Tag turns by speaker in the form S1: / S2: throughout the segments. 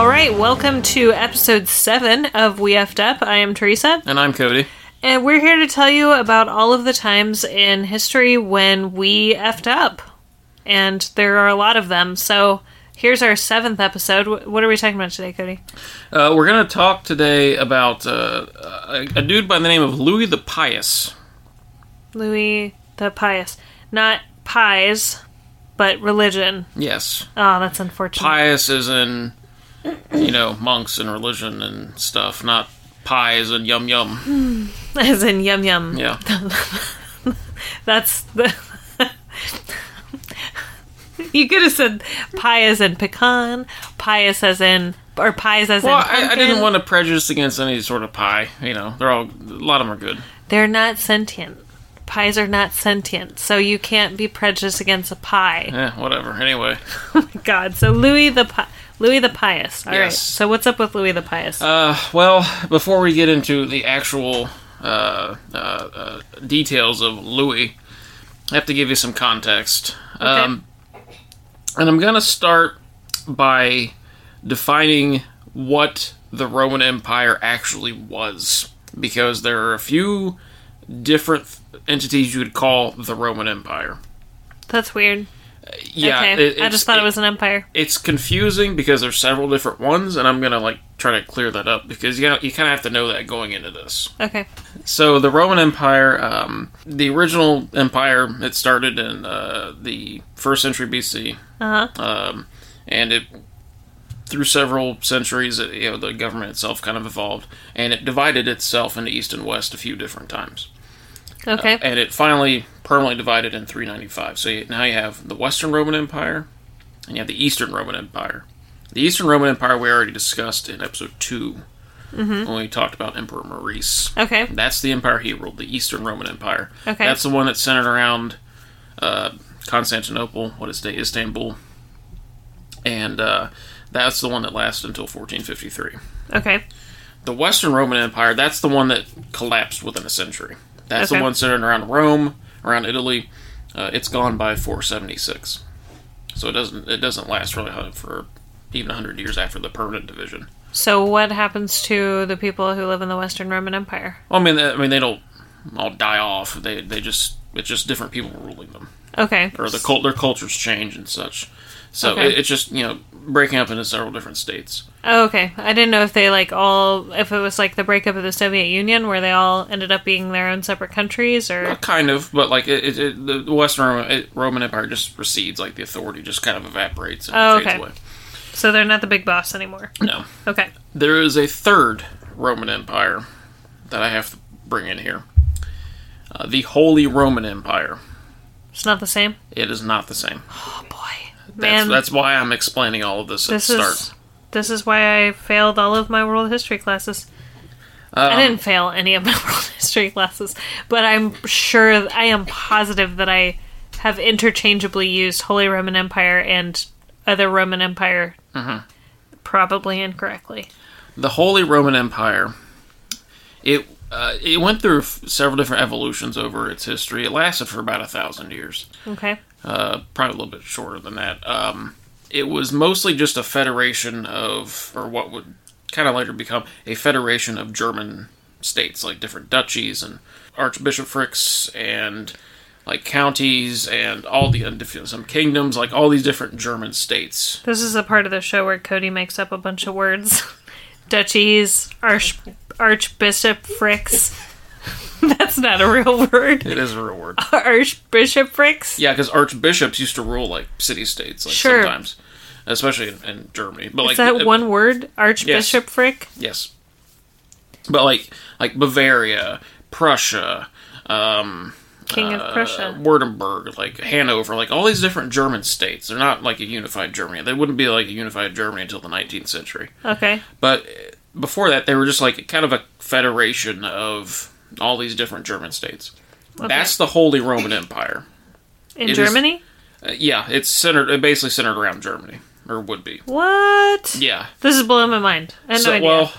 S1: welcome to episode 7 of We Effed Up. I am Teresa,
S2: And I'm Cody.
S1: and we're here to tell you about all of the times in history when we effed up. And there are a lot of them. So here's our seventh episode. Wh- What are we talking about today, Cody?
S2: Uh, we're going to talk today about uh, a, a dude by the name of Louis the Pious.
S1: Louis the Pious. Not pies, but religion.
S2: Yes.
S1: Oh, that's unfortunate.
S2: Pious is in, you know, monks and religion and stuff, not pies and yum yum.
S1: As in yum yum.
S2: Yeah.
S1: That's the. you could have said pies and pecan, pies as in or pies as
S2: Well,
S1: in.
S2: I, I
S1: pumpkin.
S2: didn't want to prejudice against any sort of pie. You know, they're all, a lot of them are good.
S1: They're not sentient. Pies are not sentient, so you can't be prejudiced against a pie.
S2: Eh, whatever. Anyway.
S1: Oh my God! So Louis the Pi- Louis the Pious. All right.
S2: Yes.
S1: So what's up with Louis the Pious?
S2: Uh, well, before we get into the actual uh, uh, uh, details of Louis, I have to give you some context. Um, and I'm going to start by defining what the Roman Empire actually was, because there are a few different entities you would call the Roman Empire.
S1: That's weird.
S2: Yeah,
S1: okay.
S2: it-
S1: I
S2: it's-
S1: just thought it, was an empire.
S2: it's confusing because there's several different ones, and I'm gonna like try to clear that up because you know, you kind of have to know that going into this.
S1: Okay.
S2: So the Roman Empire, um, the original empire, it started in uh, the first century BC,
S1: Uh huh.
S2: um, and it through several centuries, it, you know, the government itself kind of evolved, and it divided itself into east and west a few different times,
S1: Okay.
S2: and it finally permanently divided in 395. So you, now you have the Western Roman Empire, and you have the Eastern Roman Empire. The Eastern Roman Empire we already discussed in episode 2 when we talked about Emperor Maurice.
S1: okay.
S2: That's the empire he ruled, the Eastern Roman Empire.
S1: Okay.
S2: That's the one that's centered around uh, Constantinople, what is today Istanbul, and uh, that's the one that lasted until 1453.
S1: Okay.
S2: The Western Roman Empire, that's the one that collapsed within a century. That's
S1: Okay.
S2: the one centered around Rome, around Italy. Uh, it's gone by 476, so it doesn't it doesn't last really hun- for even 100 years after the permanent division.
S1: So what happens to the people who live in the Western Roman Empire?
S2: Well, I mean, I mean they don't all die off. They they just it's just different people ruling them.
S1: Okay.
S2: or the cult, their cultures change and such. So
S1: Okay.
S2: it, it's just you know breaking up into several different states.
S1: Oh, okay. I didn't know if they like all if it was like the breakup of the Soviet Union where they all ended up being their own separate countries or
S2: Kind of, but like it, it, it, the Western Roman, it, Roman Empire just recedes. Like the authority just kind of evaporates and
S1: Oh,
S2: fades
S1: okay.
S2: away.
S1: so they're not the big boss anymore.
S2: No,
S1: Okay.
S2: there is a third Roman Empire that I have to bring in here. Uh, the Holy Roman Empire.
S1: It's not the same.
S2: It is not the same.
S1: Oh boy.
S2: That's,
S1: Man,
S2: that's why I'm explaining all of this at
S1: this
S2: the start.
S1: is this is why I failed all of my world history classes. I
S2: Um,
S1: didn't fail any of my world history classes, but I'm sure I am positive that I have interchangeably used Holy Roman Empire and other Roman Empire
S2: Uh-huh.
S1: probably incorrectly.
S2: the Holy Roman Empire, it uh, it went through f- several different evolutions over its history. It lasted for about a thousand years,
S1: Okay.
S2: uh, probably a little bit shorter than that. Um, it was mostly just a federation of, or what would kind of later become a federation of German states, like different duchies and archbishoprics and like counties and all the undif- some kingdoms, like all these different German states.
S1: This is a part of the show where Cody makes up a bunch of words. Duchies, arch, archbishop fricks. That's not a real word.
S2: It is a real word.
S1: Archbishop fricks?
S2: Yeah, because archbishops used to rule like city states, like
S1: Sure.
S2: sometimes, especially in, in Germany. But like
S1: Is that
S2: uh,
S1: one word? Archbishop frick?
S2: yes, but like like Bavaria, Prussia, um,
S1: King of
S2: uh,
S1: Prussia.
S2: Württemberg, like Hanover, like all these different German states. They're not like a unified Germany. They wouldn't be like a unified Germany until the 19th century.
S1: Okay.
S2: But uh, before that, they were just like kind of a federation of all these different German states. That's the Holy Roman Empire.
S1: In
S2: is-
S1: Germany?
S2: Uh, yeah, it's centered it basically centered around Germany or would be.
S1: What?
S2: Yeah.
S1: This is blowing my mind. I had no
S2: so
S1: idea.
S2: well,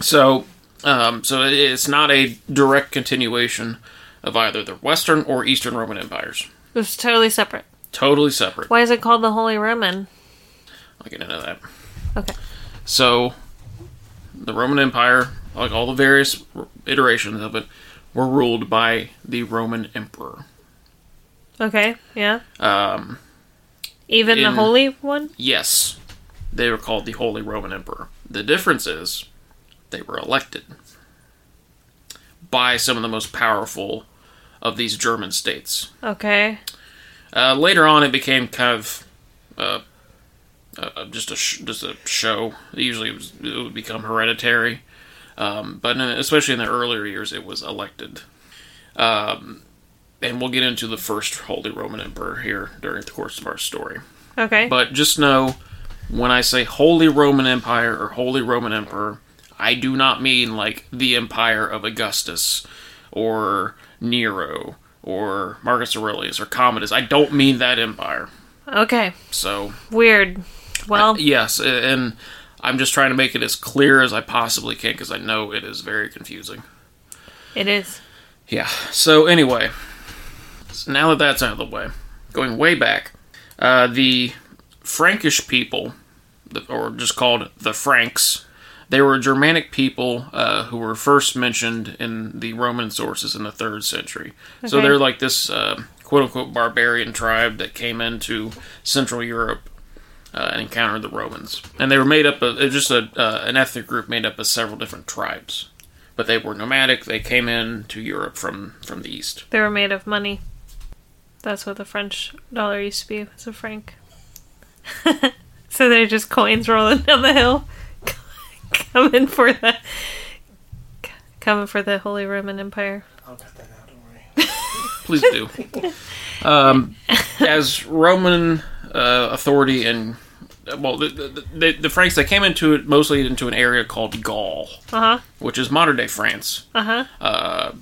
S2: so um, so it- it's not a direct continuation of either the Western or Eastern Roman empires.
S1: it was totally separate.
S2: Totally separate.
S1: Why is it called the Holy Roman?
S2: I'll get into that.
S1: Okay.
S2: So, the Roman Empire, like all the various r- iterations of it, were ruled by the Roman Emperor.
S1: Okay. Yeah.
S2: Um,
S1: Even the
S2: In-
S1: holy one.
S2: yes, they were called the Holy Roman Emperor. The difference is they were elected by some of the most powerful of these German states.
S1: Okay.
S2: Uh, later on, it became kind of uh, uh, just a sh- just a show. Usually, it, was, it would become hereditary, um, but in, especially in the earlier years, it was elected. Um, and we'll get into the first Holy Roman Emperor here during the course of our story.
S1: Okay.
S2: But just know, when I say Holy Roman Empire or Holy Roman Emperor, I do not mean like the empire of Augustus or Nero or Marcus Aurelius or Commodus. I don't mean that empire.
S1: okay.
S2: So,
S1: Weird. Well,
S2: yes, and I'm just trying to make it as clear as I possibly can because I know it is very confusing.
S1: it is.
S2: Yeah. So anyway, so now that that's out of the way, going way back, uh, the Frankish people, the- or just called the Franks, they were a Germanic people uh, who were first mentioned in the Roman sources in the third century. So
S1: Okay.
S2: they're like this uh, quote unquote barbarian tribe that came into Central Europe. Uh, and encountered the Romans, and they were made up of it was just a uh, an ethnic group made up of several different tribes but they were nomadic. They came in to Europe from from the east.
S1: They were made of money. That's what the French dollar used to be. It's a franc. so they're just coins rolling down the hill, coming for the coming for the Holy Roman Empire.
S3: I'll cut that out. Don't worry.
S2: Please do. um, as Roman uh, authority and well, the, the, the, the Franks they came into it mostly into an area called Gaul,
S1: Uh huh.
S2: which is modern day France.
S1: Uh huh.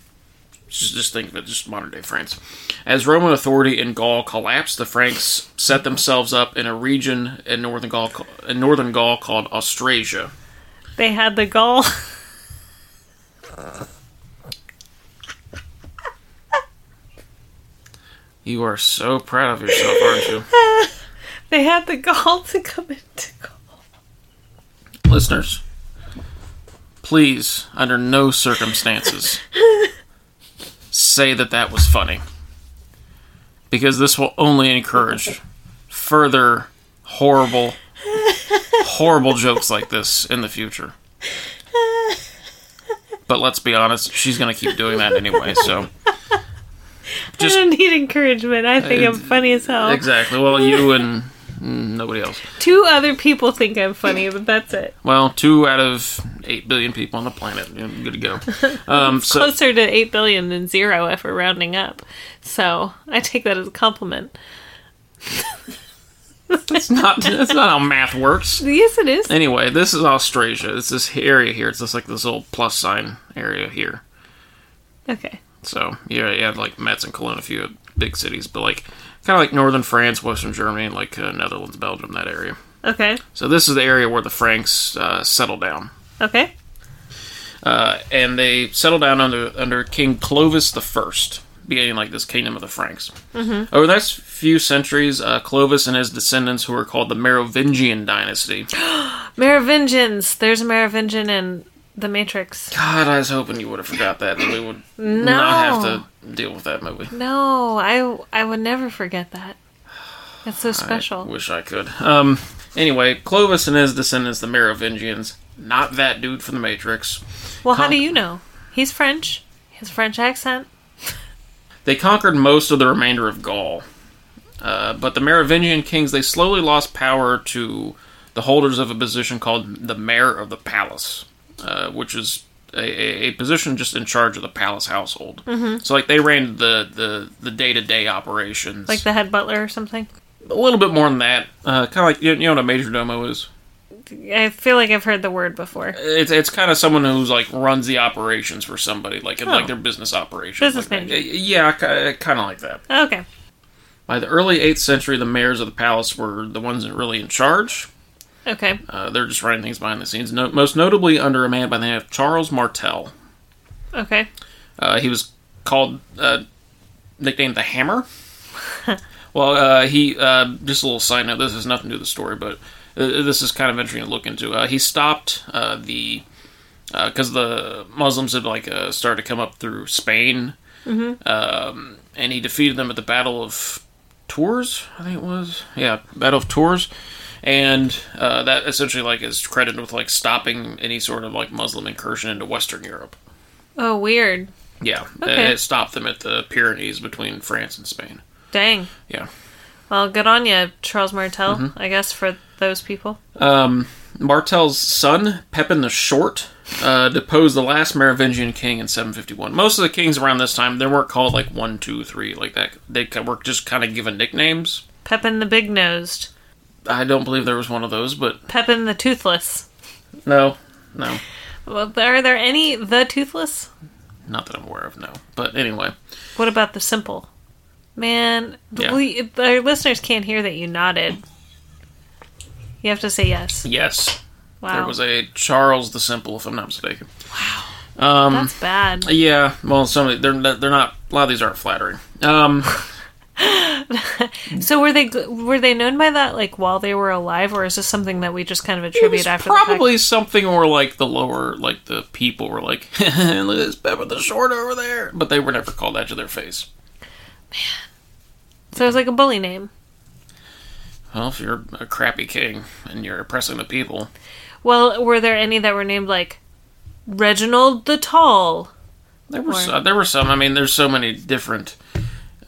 S2: Just, just think of it, just modern day France. As Roman authority in Gaul collapsed, the Franks set themselves up in a region in northern Gaul ca- in northern Gaul called Austrasia.
S1: They had the gall.
S2: You are so proud of yourself, aren't you?
S1: They had the gall to come into.
S2: listeners, please, under no circumstances, say that that was funny. Because this will only encourage further horrible, horrible jokes like this in the future. But let's be honest, she's going to keep doing that anyway, so. Just- Uh,
S1: I don't need encouragement. I think I'm funny as hell.
S2: Exactly. Well, you and nobody else.
S1: Two other people think I'm funny, but that's it.
S2: Well, two out of eight billion people on the planet. you know, Good to go. Um, so,
S1: Closer to 8 billion than zero if we're rounding up. So I take that as a compliment.
S2: It's not. That's not how math works.
S1: Yes, it is.
S2: Anyway, this is Austrasia. It's this area here. It's just like this little plus sign area here.
S1: Okay.
S2: So yeah, you had like Metz and Cologne, a few big cities, but like kind of like northern France, western Germany, like uh, Netherlands, Belgium, that area.
S1: Okay.
S2: So this is the area where the Franks uh, settled down,
S1: Okay.
S2: uh, and they settled down under under King Clovis the First, beginning like this kingdom of the Franks. Mm-hmm. Over the next few centuries, uh, Clovis and his descendants, who are called the Merovingian dynasty,
S1: Merovingians. There's a Merovingian in The Matrix.
S2: God, I was hoping you would have forgot that, and we would not
S1: No.
S2: have to deal with that movie.
S1: No, I, I would never forget that. That's so
S2: I
S1: special.
S2: wish I could. Um. Anyway, Clovis and his descendants, the Merovingians, not that dude from the Matrix.
S1: Well, how
S2: Con-
S1: do you know? He's French. He has a French accent.
S2: They conquered most of the remainder of Gaul, uh, but the Merovingian kings they slowly lost power to the holders of a position called the mayor of the palace, uh, which is a, a, a position just in charge of the palace household. Mm-hmm. So, like, they ran the the the day to day operations,
S1: Like the head butler or something.
S2: a little bit more than that. Uh, kind of like you you know what a major domo is.
S1: I feel like I've heard the word before.
S2: It's it's kind of someone who's like runs the operations for somebody, like like their business operations.
S1: Oh. Business
S2: like that.
S1: manager.
S2: Yeah, kind of like that.
S1: Okay.
S2: By the early eighth century, the mayors of the palace were the ones that really in charge.
S1: Okay.
S2: Uh, they're just running things behind the scenes. No, most notably under a man by the name of Charles Martel.
S1: Okay.
S2: Uh, he was called uh, nicknamed the Hammer. well, uh, he uh, just a little side note. This has nothing to do with the story, but uh, this is kind of interesting to look into. Uh, he stopped uh, the because the Muslims had like uh, started to come up through Spain, um, and he defeated them at the Battle of Tours. I think it was yeah, Battle of Tours, and uh, that essentially like is credited with like stopping any sort of like Muslim incursion into Western Europe.
S1: Oh, weird.
S2: Yeah,
S1: Okay.
S2: it stopped them at the Pyrenees between France and Spain.
S1: Dang.
S2: Yeah.
S1: Well, good on you, Charles Martel, I guess, for those people.
S2: Um, Martel's son, Pepin the Short, uh, deposed the last Merovingian king in 751. Most of the kings around this time, they weren't called like one, two, three, like that. They ki- were just kind of given nicknames.
S1: Pepin the Big Nosed.
S2: I don't believe there was one of those, but
S1: Pepin the Toothless.
S2: no, no,
S1: Well, are there any the Toothless?
S2: not that I'm aware of, no. But anyway,
S1: What about the Simple? Man,
S2: Yeah.
S1: we, our listeners can't hear that you nodded. You have to say yes.
S2: yes,
S1: Wow.
S2: there was a Charles the Simple, if I'm not mistaken. Um,
S1: That's bad.
S2: Yeah, well, some of the, they're they're not a lot of these aren't flattering. Um,
S1: So were they were they known by that like while they were alive, or is this something that we just kind of
S2: It
S1: attribute
S2: was
S1: after
S2: probably something where like the lower like the people were like look at this Pepper the short over there but they were never called that to their face
S1: the fact? So it's like a bully name.
S2: well if you're a crappy king and you're oppressing the people
S1: Well, were there any that were named like Reginald the Tall?
S2: there were
S1: Or-
S2: some, there were some i mean there's so many different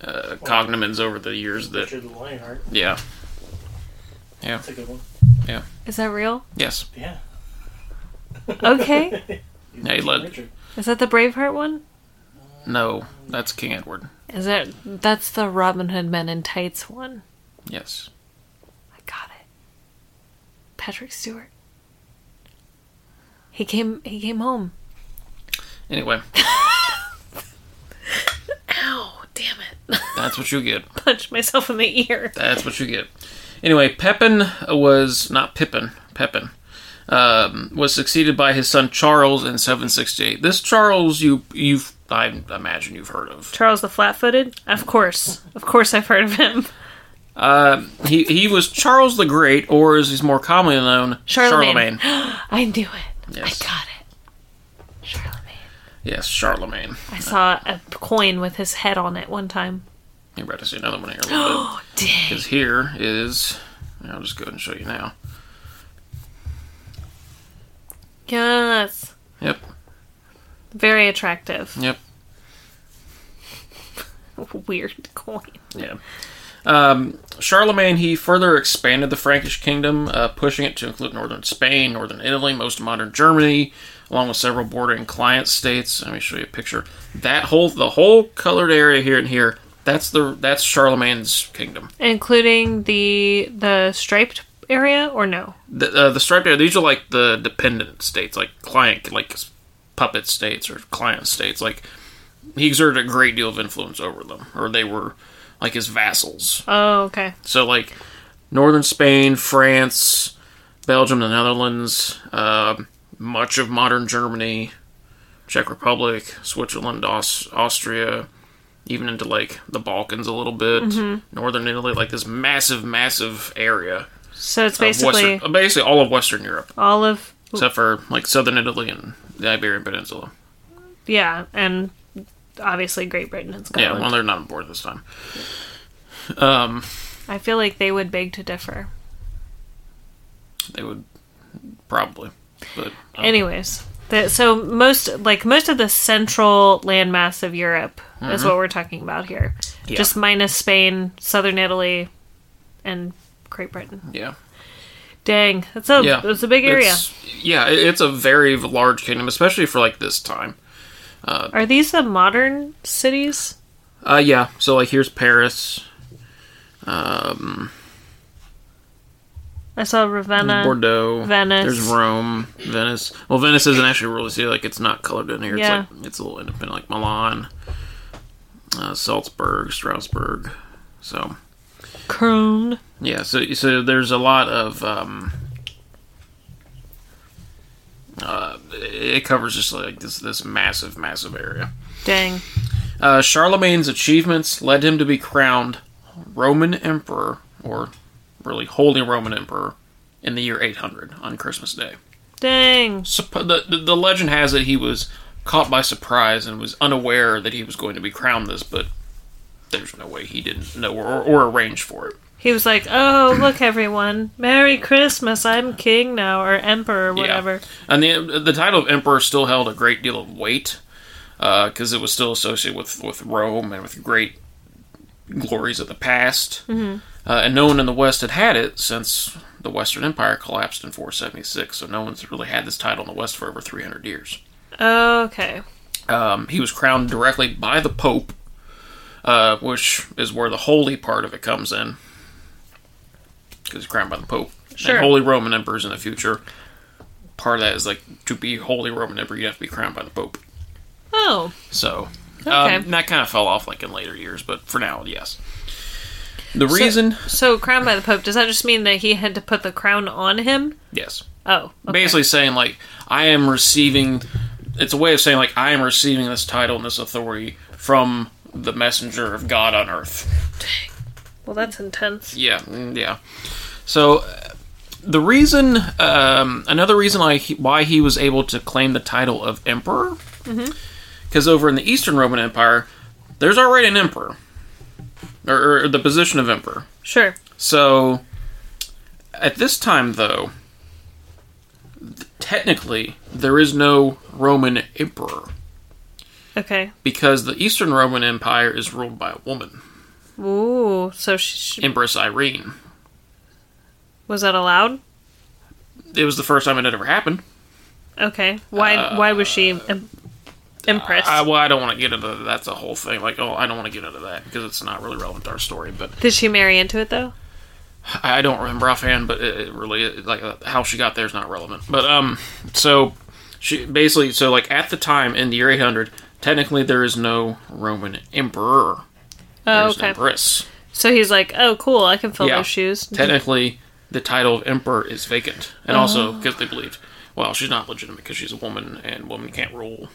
S2: uh, cognomens over the years that
S3: Richard the Lionheart.
S2: yeah
S3: That's a good one.
S1: Is that real?
S2: yes
S3: Yeah.
S1: Okay.
S3: He's
S2: Yeah, he
S3: King
S2: led-
S3: Richard.
S1: is that the Braveheart one?
S2: no that's king edward
S1: Is that that's the Robin Hood Men in Tights one?
S2: yes
S1: I got it. Patrick Stewart. He came. He came home.
S2: anyway
S1: Ow! Oh, Damn it!
S2: that's what you get
S1: Punched myself in the ear.
S2: That's what you get. Anyway, Pepin was not Pippin. Pepin um, was succeeded by his son Charles in 768. This Charles, you you've I imagine you've heard of.
S1: Charles the Flat-footed. Of course, of course, I've heard of him.
S2: Uh, he he was Charles the Great, or as he's more commonly known,
S1: Charlemagne. I knew it.
S2: Yes.
S1: I got it. Charlemagne.
S2: Yes, Charlemagne.
S1: I saw a coin with his head on it one time.
S2: You're about to see another one here. A little bit.
S1: Oh, dang.
S2: Because here is, I'll just go ahead and show you now.
S1: Yes.
S2: Yep,
S1: Very attractive.
S2: yep.
S1: Weird coin.
S2: Yeah. Um, Charlemagne, he further expanded the Frankish kingdom, uh, pushing it to include northern Spain, northern Italy, most of modern Germany, along with several bordering client states. Let me show you a picture. That whole, the whole colored area here and here, that's the that's Charlemagne's kingdom.
S1: Including the the striped area or no?
S2: The, uh, the striped area, these are like the dependent states, like client, like puppet states or client states. Like he exerted a great deal of influence over them, or they were like his vassals.
S1: Oh, okay.
S2: So like northern Spain, France, Belgium, the Netherlands, um much of modern Germany, Czech Republic, Switzerland, Aus- Austria, even into like the Balkans a little bit, northern Italy, like this massive, massive area
S1: So it's
S2: of
S1: basically
S2: Western, uh, basically all of Western Europe,
S1: all of
S2: except for like southern Italy and the Iberian Peninsula.
S1: yeah, and obviously Great Britain and
S2: Yeah,
S1: Scotland.
S2: well, they're not on board this time.
S1: I feel like they would beg to differ.
S2: They would probably, but uh,
S1: Anyways, the, so most like most of the central landmass of Europe is what we're talking about here.
S2: Mm-hmm. Yeah.
S1: Just minus Spain, southern Italy, and Great Britain.
S2: yeah.
S1: Dang, that's a
S2: yeah,
S1: that's a big area.
S2: It's- yeah, it- it's a very large kingdom, especially for like this time.
S1: Are these the modern cities?
S2: Uh, yeah. So like, here's Paris,
S1: I saw Ravenna.
S2: Bordeaux,
S1: Venice.
S2: There's Rome, Venice. Well, Venice isn't actually really city. Like, it's not colored in here.
S1: Yeah.
S2: It's like it's a little independent, like Milan, uh, Salzburg, Strasbourg. So
S1: Cologne.
S2: yeah, so so there's a lot of. Um, uh, it covers just like this this massive massive area.
S1: Dang.
S2: Uh, Charlemagne's achievements led him to be crowned Roman Emperor, or really Holy Roman Emperor, in the year 800 on Christmas Day.
S1: Dang.
S2: Supp- the, the, the legend has it he was caught by surprise and was unaware that he was going to be crowned this, but there's no way he didn't know or, or arrange for it.
S1: He was like, "Oh, look, everyone! Merry Christmas! I'm king now, or emperor, or whatever."
S2: And the the title of emperor still held a great deal of weight because it was still associated with with Rome and with great glories of the past. Uh, and no one in the West had had it since the Western Empire collapsed in 476. So no one's really had this title in the West for over 300 years.
S1: Okay.
S2: Um, he was crowned directly by the Pope, uh, which is where the holy part of it comes in, because he's crowned by the Pope.
S1: Sure.
S2: And Holy Roman Emperors in the future. Part of that is like to be Holy Roman Emperor, you have to be crowned by the Pope.
S1: Oh,
S2: So
S1: Okay.
S2: um, that kind of fell off like in later years, but for now, yes. The reason,
S1: so crowned by the pope. Does that just mean that he had to put the crown on him?
S2: yes,
S1: Oh, okay.
S2: basically saying like I am receiving. It's a way of saying like I am receiving this title and this authority from the messenger of God on earth.
S1: Well, that's intense.
S2: Yeah, mm, yeah. So uh, the reason, um, another reason I, why he was able to claim the title of emperor, because over in the Eastern Roman Empire, there's already an emperor, or, or the position of emperor.
S1: Sure.
S2: So at this time, though, th- technically there is no Roman emperor
S1: Okay.
S2: because the Eastern Roman Empire is ruled by a woman,
S1: Ooh. So she, she
S2: Empress Irene.
S1: was that allowed?
S2: It was the first time it had ever happened.
S1: Okay. Why? why was she em- impressed?
S2: Uh, I, well, I don't want to get into that's a whole thing. Like, oh, I don't want to get into that because it's not really relevant to our story. But
S1: Did she marry into it though?
S2: I I don't remember offhand. But it, it really like uh, how she got there is not relevant. But um, so she basically so like at the time in the year 800, technically there is no Roman emperor.
S1: Oh,
S2: There's an
S1: okay.
S2: empress.
S1: So he's like, "Oh, cool! I can fill
S2: Yeah.
S1: those shoes."
S2: Technically, the title of emperor is vacant, and also
S1: Oh.
S2: because they believed, well, she's not legitimate because she's a woman, and women can't rule.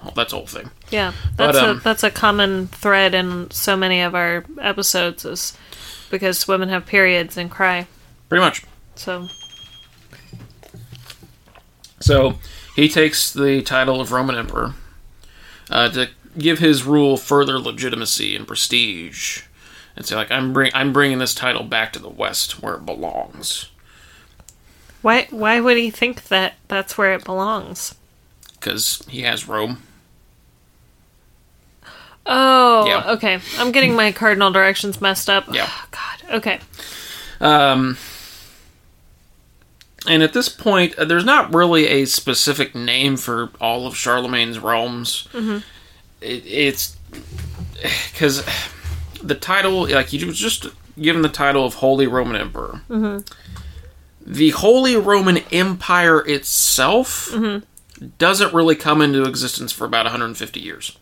S2: Well, that's the whole thing.
S1: Yeah,
S2: But,
S1: that's
S2: um,
S1: a that's a common thread in so many of our episodes is because women have periods and cry.
S2: Pretty much.
S1: So
S2: So he takes the title of Roman Emperor uh, to give his rule further legitimacy and prestige, and say like I'm bring I'm bringing this title back to the West where it belongs
S1: why why would he think that that's where it belongs?
S2: because he has Rome.
S1: Oh,
S2: Yeah.
S1: okay. I'm getting my cardinal directions messed up. Oh,
S2: Yeah.
S1: God. Okay.
S2: Um, and at this point, uh, there's not really a specific name for all of Charlemagne's realms. It, it's because the title, like he was just given the title of Holy Roman Emperor. The Holy Roman Empire itself doesn't really come into existence for about 150 years.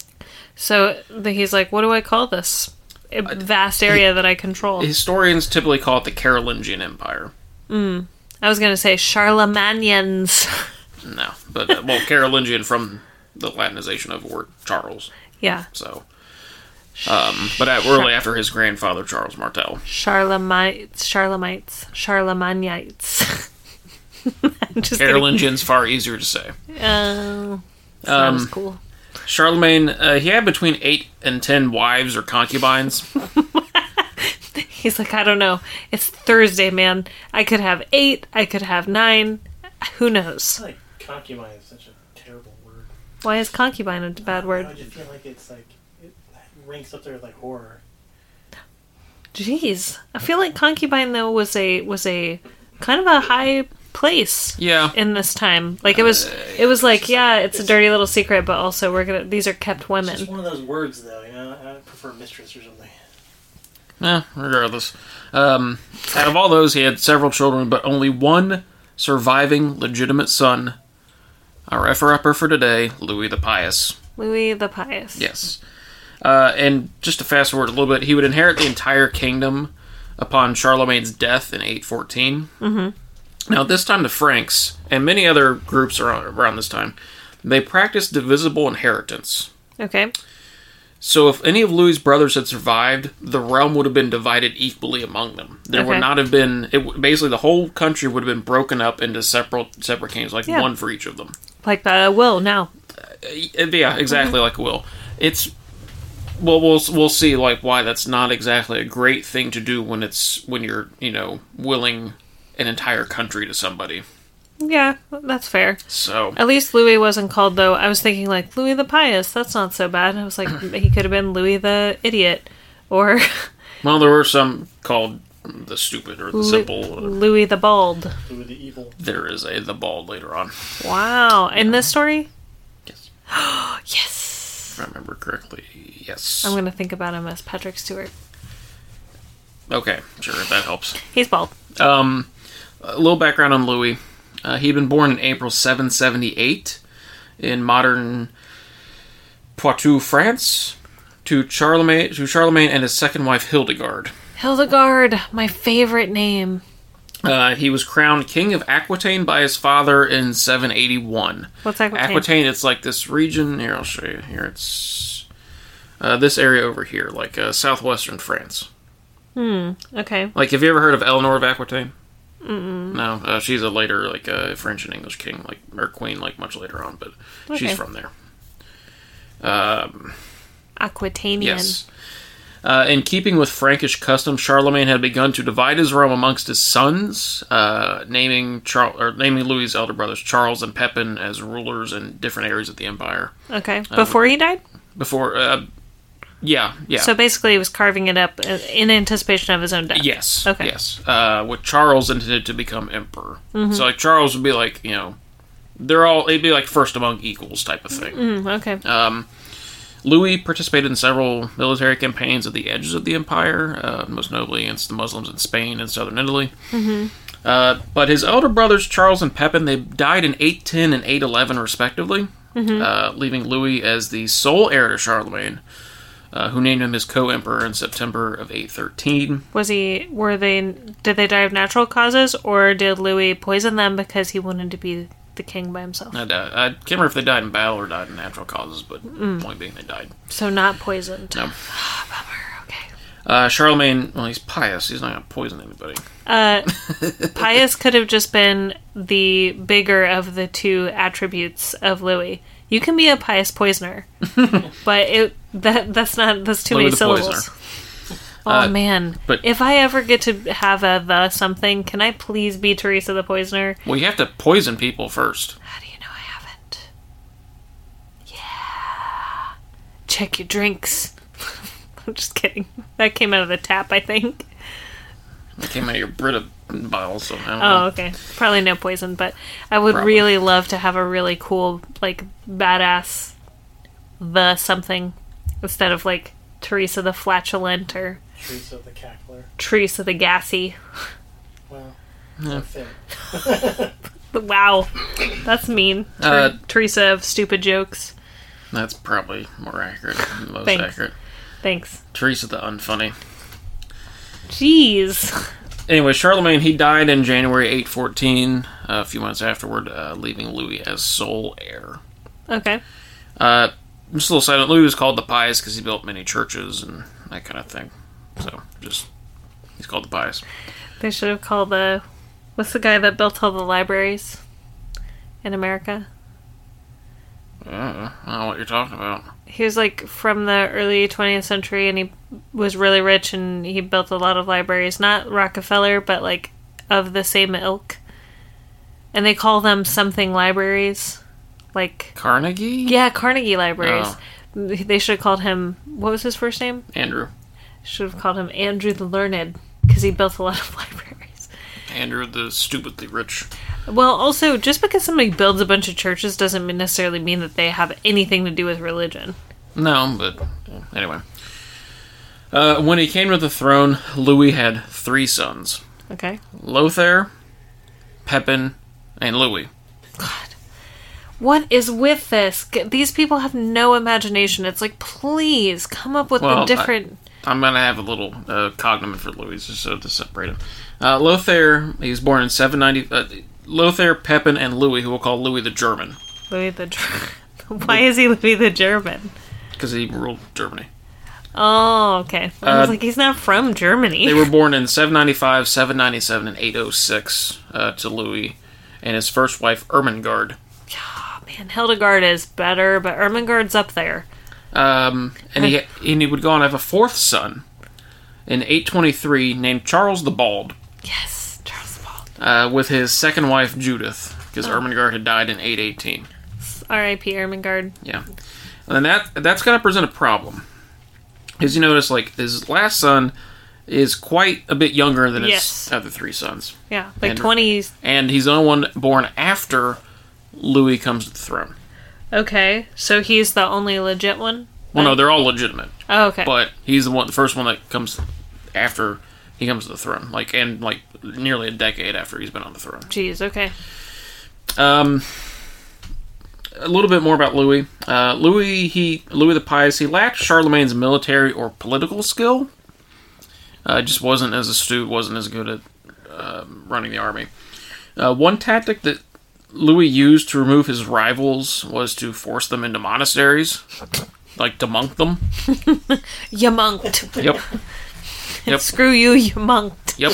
S1: So the, he's like, "What do I call this A vast area that I control?"
S2: Historians typically call it the Carolingian Empire.
S1: I was gonna say Charlemagne's.
S2: No, but uh, well, Carolingian from the Latinization of the word Charles.
S1: yeah,
S2: So, um, but at, really after his grandfather Charles Martel.
S1: Charlemites, Charlemites, Charlemagnites. I'm just kidding.
S2: Carolingian's far easier to say.
S1: Oh, it's not as cool.
S2: Charlemagne, uh, he had between eight and ten wives or concubines.
S1: He's like, I don't know. It's Thursday, man. I could have eight. I could have nine. Who knows?
S3: like concubine is such a terrible word.
S1: Why is concubine a bad
S3: I
S1: word?
S3: just feel like it's like it ranks up there with like horror.
S1: Jeez, I feel like concubine though was a was a kind of a high place
S2: yeah,
S1: in this time. Like it was, it was like, yeah, it's a dirty little secret, but also we're gonna. These are kept
S3: It's just
S1: women.
S3: one of those words, though. You know, I prefer mistress or something.
S2: eh, regardless. Um, out of all those, he had several children, but only one surviving legitimate son. Our effer upper for today, Louis the Pious.
S1: Louis the Pious.
S2: Yes. Uh, and just to fast forward a little bit, he would inherit the entire kingdom upon Charlemagne's death in 814. Mm-hmm. Now, this time the Franks and many other groups around, around this time, they practiced divisible inheritance.
S1: Okay.
S2: So if any of Louis's brothers had survived, the realm would have been divided equally among them. There
S1: Okay.
S2: would not have been it, w- basically the whole country would have been broken up into separate separate kingdoms, like
S1: Yeah.
S2: one for each of them.
S1: Like uh, Will now.
S2: Uh, Yeah, exactly like Will. It's well, we'll we'll see like why that's not exactly a great thing to do when it's when you're you know willing an entire country to somebody.
S1: Yeah, that's fair.
S2: So
S1: At least Louis wasn't called though. I was thinking like Louis the Pious. That's not so bad. I was like he could have been Louis the Idiot or
S2: well, there were some called the stupid or the
S1: Lu-
S2: simple. or-
S1: Louis the Bald.
S3: Who the evil?
S2: There is a the bald later on.
S1: Wow. In this story?
S2: Yes.
S1: Yes.
S2: If I remember correctly, yes.
S1: I'm going to think about him as Patrick Stewart.
S2: Okay, sure, that helps.
S1: He's bald.
S2: Um, a little background on Louis. Uh, he'd been born in April 778 in modern Poitou, France, to Charlemagne, to Charlemagne and his second wife Hildegard.
S1: Hildegard, my favorite name.
S2: Uh, he was crowned king of Aquitaine by his father in 781.
S1: What's Aquitaine?
S2: Aquitaine, it's like this region. Here, I'll show you. Here, it's uh, this area over here, like uh, southwestern France.
S1: Hmm. Okay.
S2: Like, have you ever heard of Eleanor of Aquitaine? mm No, uh, she's a later like uh, French and English king, like or queen, like much later on, but she's
S1: Okay.
S2: from there.
S1: Aquitanian.
S2: Yes. Uh, in keeping with Frankish custom, Charlemagne had begun to divide his realm amongst his sons, uh, naming Charles or naming Louis' elder brothers Charles and Pepin as rulers in different areas of the empire.
S1: Okay.
S2: Um,
S1: Before he died?
S2: Before, uh, yeah, yeah,
S1: So basically he was carving it up uh, in anticipation of his own death.
S2: yes,
S1: Okay.
S2: yes. Uh, with Charles intended to become emperor, so like Charles would be like you know, they're all it'd be like first among equals type of thing.
S1: Hmm, okay.
S2: Louis participated in several military campaigns at the edges of the empire, uh, most notably against the Muslims in Spain and southern Italy. Mm-hmm. Uh, but his elder brothers Charles and Pepin they died in 810 and 811 respectively, uh, leaving Louis as the sole heir to Charlemagne, uh, who named him his co-emperor in September of 813.
S1: Was he were they did they die of natural causes or did Louis poison them because he wanted to be the king by himself?
S2: I, di- I can't remember if they died in battle or died in natural causes, but
S1: Mm.
S2: point being they died.
S1: So not poisoned.
S2: No.
S1: Bummer. Okay.
S2: Uh, Charlemagne, well, he's pious. He's not going to poison anybody.
S1: Uh, pious could have just been the bigger of the two attributes of Louis. You can be a pious poisoner, but it that that's not that's too
S2: Louis
S1: many
S2: the Uh,
S1: syllables. Oh man!
S2: but-
S1: if I ever get to have a the something, can I please be Teresa the poisoner?
S2: Well, you have to poison people first.
S1: How do you know I haven't? Yeah. Check your drinks. I'm just kidding. That came out of the tap, I think.
S2: It came out of your Brita bottle, so I don't
S1: Oh,
S2: know.
S1: okay. Probably no poison, but I would
S2: Uh-huh. Probably.
S1: really love to have a really cool, like, badass the something instead of like Teresa the flatulent or
S3: Teresa the cackler.
S1: Teresa the gassy.
S3: Wow.
S2: Yeah.
S3: Fair.
S1: Wow, that's mean. Ter-
S2: Uh,
S1: Teresa of stupid jokes.
S2: That's probably more accurate, than most
S1: Thanks.
S2: accurate.
S1: Thanks.
S2: Teresa the unfunny.
S1: Jeez.
S2: Anyway, Charlemagne he died in January 814, uh, a few months afterward, uh, leaving Louis as sole heir.
S1: Okay.
S2: Uh, just a little side note: Louis was called the Pious because he built many churches and that kind of thing. So just he's called the Pious.
S1: They should have called the. What's the guy that built all the libraries in America?
S2: I don't know, Mm, I don't know what you're talking about.
S1: he was like from the early 20th century and he was really rich and he built a lot of libraries not rockefeller but like of the same ilk and they call them something libraries like
S2: Carnegie,
S1: yeah carnegie libraries they should have called him what was his first name
S2: Andrew,
S1: should have called him andrew the learned because he built a lot of libraries
S2: Andrew the stupidly rich.
S1: well also just because somebody builds a bunch of churches doesn't necessarily mean that they have anything to do with religion
S2: No, but anyway. Uh, when he came to the throne, Louis had three sons
S1: okay
S2: Lothair, Pepin, and Louis.
S1: What is with this? G- These people have no imagination. It's like, please come up with
S2: Well, I-
S1: a different.
S2: I'm going to have a little uh, cognomen for Louis just so to separate him. Uh, Lothair, he was born in 790. Uh, Lothair, Pepin, and Louis, who we'll call Louis the German.
S1: Louis the German. Why is he Louis the German?
S2: because he ruled Germany.
S1: Oh, okay. I was
S2: Uh,
S1: like, he's not from Germany.
S2: They were born in 795, 797, and 806 uh, to Louis and his first wife, Ermengarde.
S1: Oh, man, Hildegard is better, but Ermengarde's up there.
S2: Um, and, he, and he would go on to have a fourth son in 823 named Charles the Bald
S1: Yes, Charles Bald.
S2: uh, with his second wife, Judith, because Ermengarde had died in 818.
S1: R.I.P. Ermengarde.
S2: Yeah, and that that's going to present a problem, as you notice. Like his last son is quite a bit younger than
S1: Yes.
S2: his other three sons,
S1: Yeah, like
S2: And-
S1: twenties.
S2: and he's the only one born after Louis comes to the throne.
S1: Okay, so he's the only legit one.
S2: Well, no, they're all legitimate,
S1: Oh, okay.
S2: but he's the one, the first one that comes after he comes to the throne. Like and like nearly a decade after he's been on the throne.
S1: Jeez. Okay.
S2: Um, a little bit more about Louis. Uh, Louis he Louis the Pious he lacked Charlemagne's military or political skill. Uh, just wasn't as astute, wasn't as good at um running the army. Uh, one tactic that Louis used to remove his rivals was to force them into monasteries, like to monk them.
S1: You monked.
S2: Yep, Yep.
S1: Screw you. You monked.
S2: yep.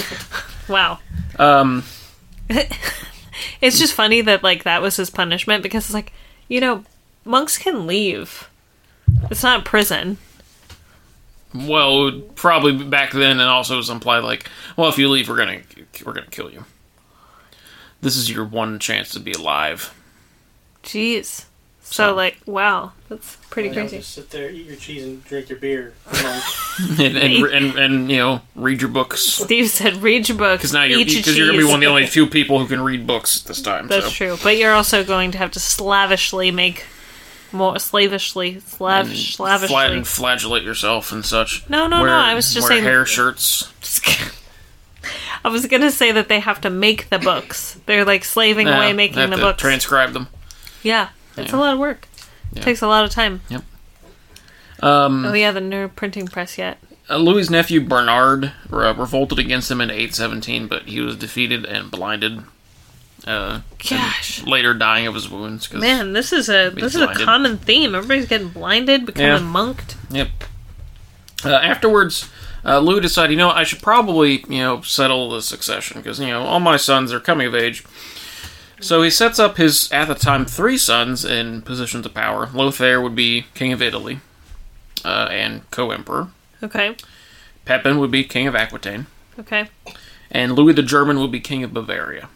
S1: Wow.
S2: Um,
S1: It's just funny that like that was his punishment because it's like you know monks can leave. It's not prison.
S2: well, it would probably back then, and also was implied like, well, if you leave, we're gonna we're gonna kill you. This is your one chance to be alive.
S1: Jeez. So like wow, that's pretty
S3: Like,
S1: crazy.
S3: Just sit there, eat your cheese, and drink your beer. Come on.
S2: and, and, and, and you know read your books
S1: Steve said, "Read your book."
S2: because now you're
S1: eat your
S2: because you're gonna be
S1: cheese."
S2: one of the only few people who can read books at this time.
S1: That's
S2: so.
S1: true, but you're also going to have to slavishly make more slavishly, slavish, slavishly.
S2: Mm, Flat and flagellate yourself and such.
S1: No, no,
S2: Wear-
S1: no, I was just
S2: wear
S1: saying-
S2: hair shirts.
S1: I was gonna say that they have to make the books. They're like slaving away
S2: Yeah,
S1: making
S2: have
S1: the
S2: to
S1: books.
S2: Transcribe them.
S1: yeah, it's
S2: Yeah.
S1: a lot of work.
S2: Yeah.
S1: Takes a lot of time.
S2: Um,
S1: Oh yeah, the new printing press yet.
S2: uh, Louis' nephew Bernard uh, revolted against him in 817, but he was defeated and blinded. Uh,
S1: Gosh,
S2: later dying of his wounds. 'cause-
S1: man, this is a
S2: Be
S1: this is a
S2: blinded.
S1: common theme. Everybody's getting blinded, becoming
S2: Yeah.
S1: monked.
S2: Yep. Uh, afterwards, uh, Lou decided, you know, I should probably, you know, settle the succession because, you know, all my sons are coming of age. So he sets up his, at the time, three sons in positions of power. Lothair would be king of Italy uh, and co emperor.
S1: Okay,
S2: Pepin would be king of Aquitaine.
S1: okay,
S2: And Louis the German would be king of Bavaria.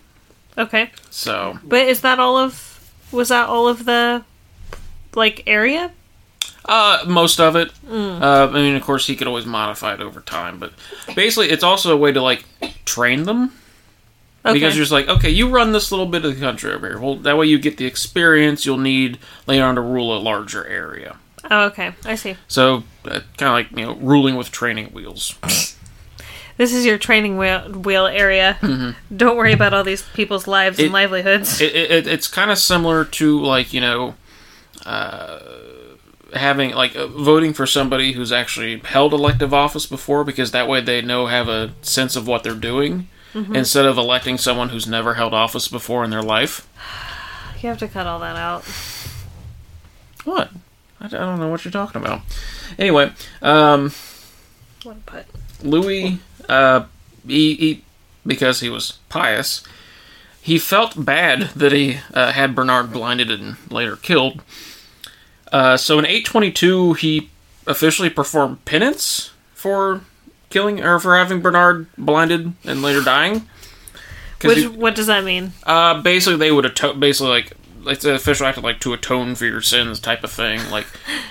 S1: okay.
S2: So,
S1: But is that all of? Was that all of the like area?
S2: uh, most of it. Uh, I mean, of course, he could always modify it over time, but basically, it's also a way to, like, train them.
S1: Okay.
S2: Because you're just like, okay, you run this little bit of the country over here. Well, that way you get the experience you'll need later on to rule a larger area.
S1: oh, okay, I see.
S2: So, uh, kind of like, you know, ruling with training wheels.
S1: This is your training wheel, wheel area. Don't worry about all these people's lives
S2: Mm-hmm. It-
S1: and livelihoods.
S2: It, it, it- it's kind of similar to, like, you know, uh, having, like, uh, voting for somebody who's actually held elective office before because that way they know, have a sense of what they're doing instead of electing someone who's never held office before in their life.
S1: you have to cut all that out.
S2: What? I, I don't know what you're talking about. Anyway, um,.
S1: One put.
S2: Louis, uh, he, he, because he was pious, he felt bad that he uh, had Bernard blinded and later killed. Uh, so in 822, he officially performed penance for killing or for having Bernard blinded and later dying.
S1: Which,
S2: Because
S1: what does that mean?
S2: uh, basically they would atone, basically like it's an official act of like to atone for your sins type of thing, like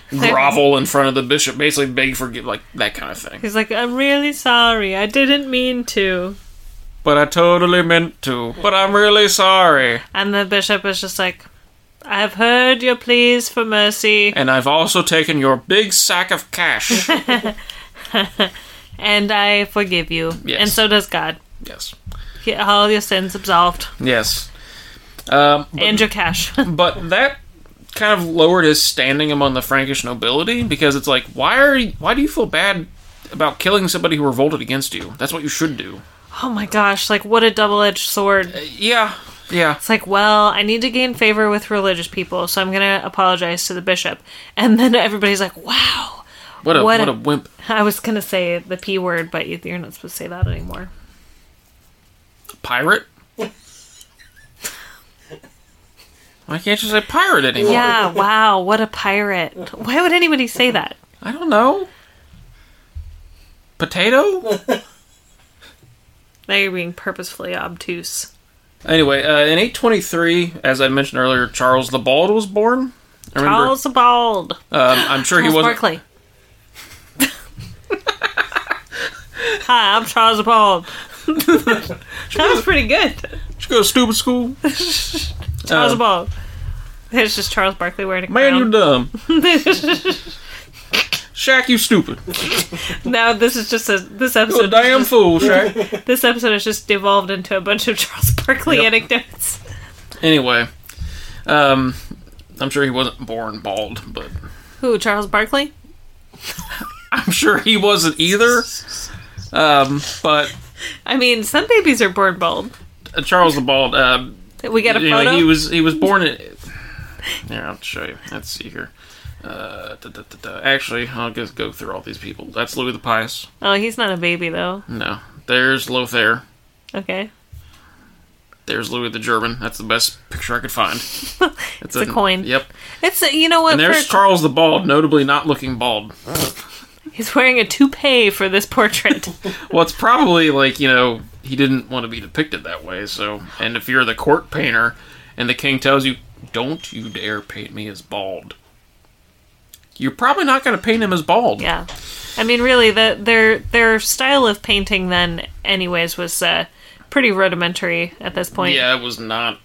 S2: grovel in front of the bishop, basically beg for like that kind of thing.
S1: He's like, I'm really sorry. I didn't mean to.
S2: But I totally meant to. But I'm really sorry.
S1: And the bishop is just like, I have heard your pleas for mercy,
S2: And I've also taken your big sack of cash.
S1: and I forgive you.
S2: Yes.
S1: And so does God.
S2: yes.
S1: Get all your sins absolved.
S2: Yes. Um,
S1: and your cash.
S2: but that kind of lowered his standing among the Frankish nobility because it's like, why are you, why do you feel bad about killing somebody who revolted against you? That's what you should do.
S1: oh my gosh, like, what a double edged sword.
S2: Yeah. Yeah.
S1: It's like, well, I need to gain favor with religious people, so I'm going to apologize to the bishop. And then everybody's like, wow.
S2: What a
S1: What
S2: what,
S1: a-
S2: a wimp.
S1: I was going to say the P word, but you- you're not supposed to say that anymore.
S2: Pirate? Why can't you say pirate anymore?
S1: Yeah, wow, what a pirate. Why would anybody say that?
S2: I don't know. Potato?
S1: Now you're being purposefully obtuse.
S2: anyway, uh, in 823, as I mentioned earlier, Charles the Bald was born. I remember,
S1: Charles the Bald.
S2: um, I'm sure he
S1: Charles
S2: wasn't.
S1: Barkley. Hi, I'm Charles the Bald. that was pretty good.
S2: Did you go to stupid school?
S1: Charles
S2: Um,
S1: the Bald. It's just Charles Barkley wearing a
S2: Man,
S1: crown.
S2: you dumb. Shaq, you stupid.
S1: Now this is just a this
S2: You a
S1: episode.
S2: damn fool, Shaq.
S1: This episode has just devolved into a bunch of Charles Barkley
S2: Yep.
S1: anecdotes.
S2: anyway, um, I'm sure he wasn't born bald, but
S1: Who Charles Barkley?
S2: I'm sure he wasn't either. Um, but
S1: I mean, some babies are born bald.
S2: uh, Charles the Bald, um,
S1: We got a
S2: you
S1: photo.
S2: know, he was he was born in. Here, I'll show you. Let's see here. Uh, da, da, da, da. Actually, I'll just go through all these people. That's Louis the Pious.
S1: oh, he's not a baby though.
S2: No, there's Lothair.
S1: Okay,
S2: There's Louis the German. That's the best picture I could find. It's,
S1: a coin.
S2: Yep.
S1: it's uh, you know what?
S2: And
S1: For,
S2: there's Charles the Bald, notably not looking bald.
S1: he's wearing a toupee for this portrait.
S2: Well, it's probably like, you know, he didn't want to be depicted that way, so. And if you're the court painter and the king tells you, don't you dare paint me as bald, you're probably not going to paint him as bald.
S1: yeah, I mean, really, the, their their style of painting then, anyways, was uh, pretty rudimentary at this point.
S2: Yeah, it was not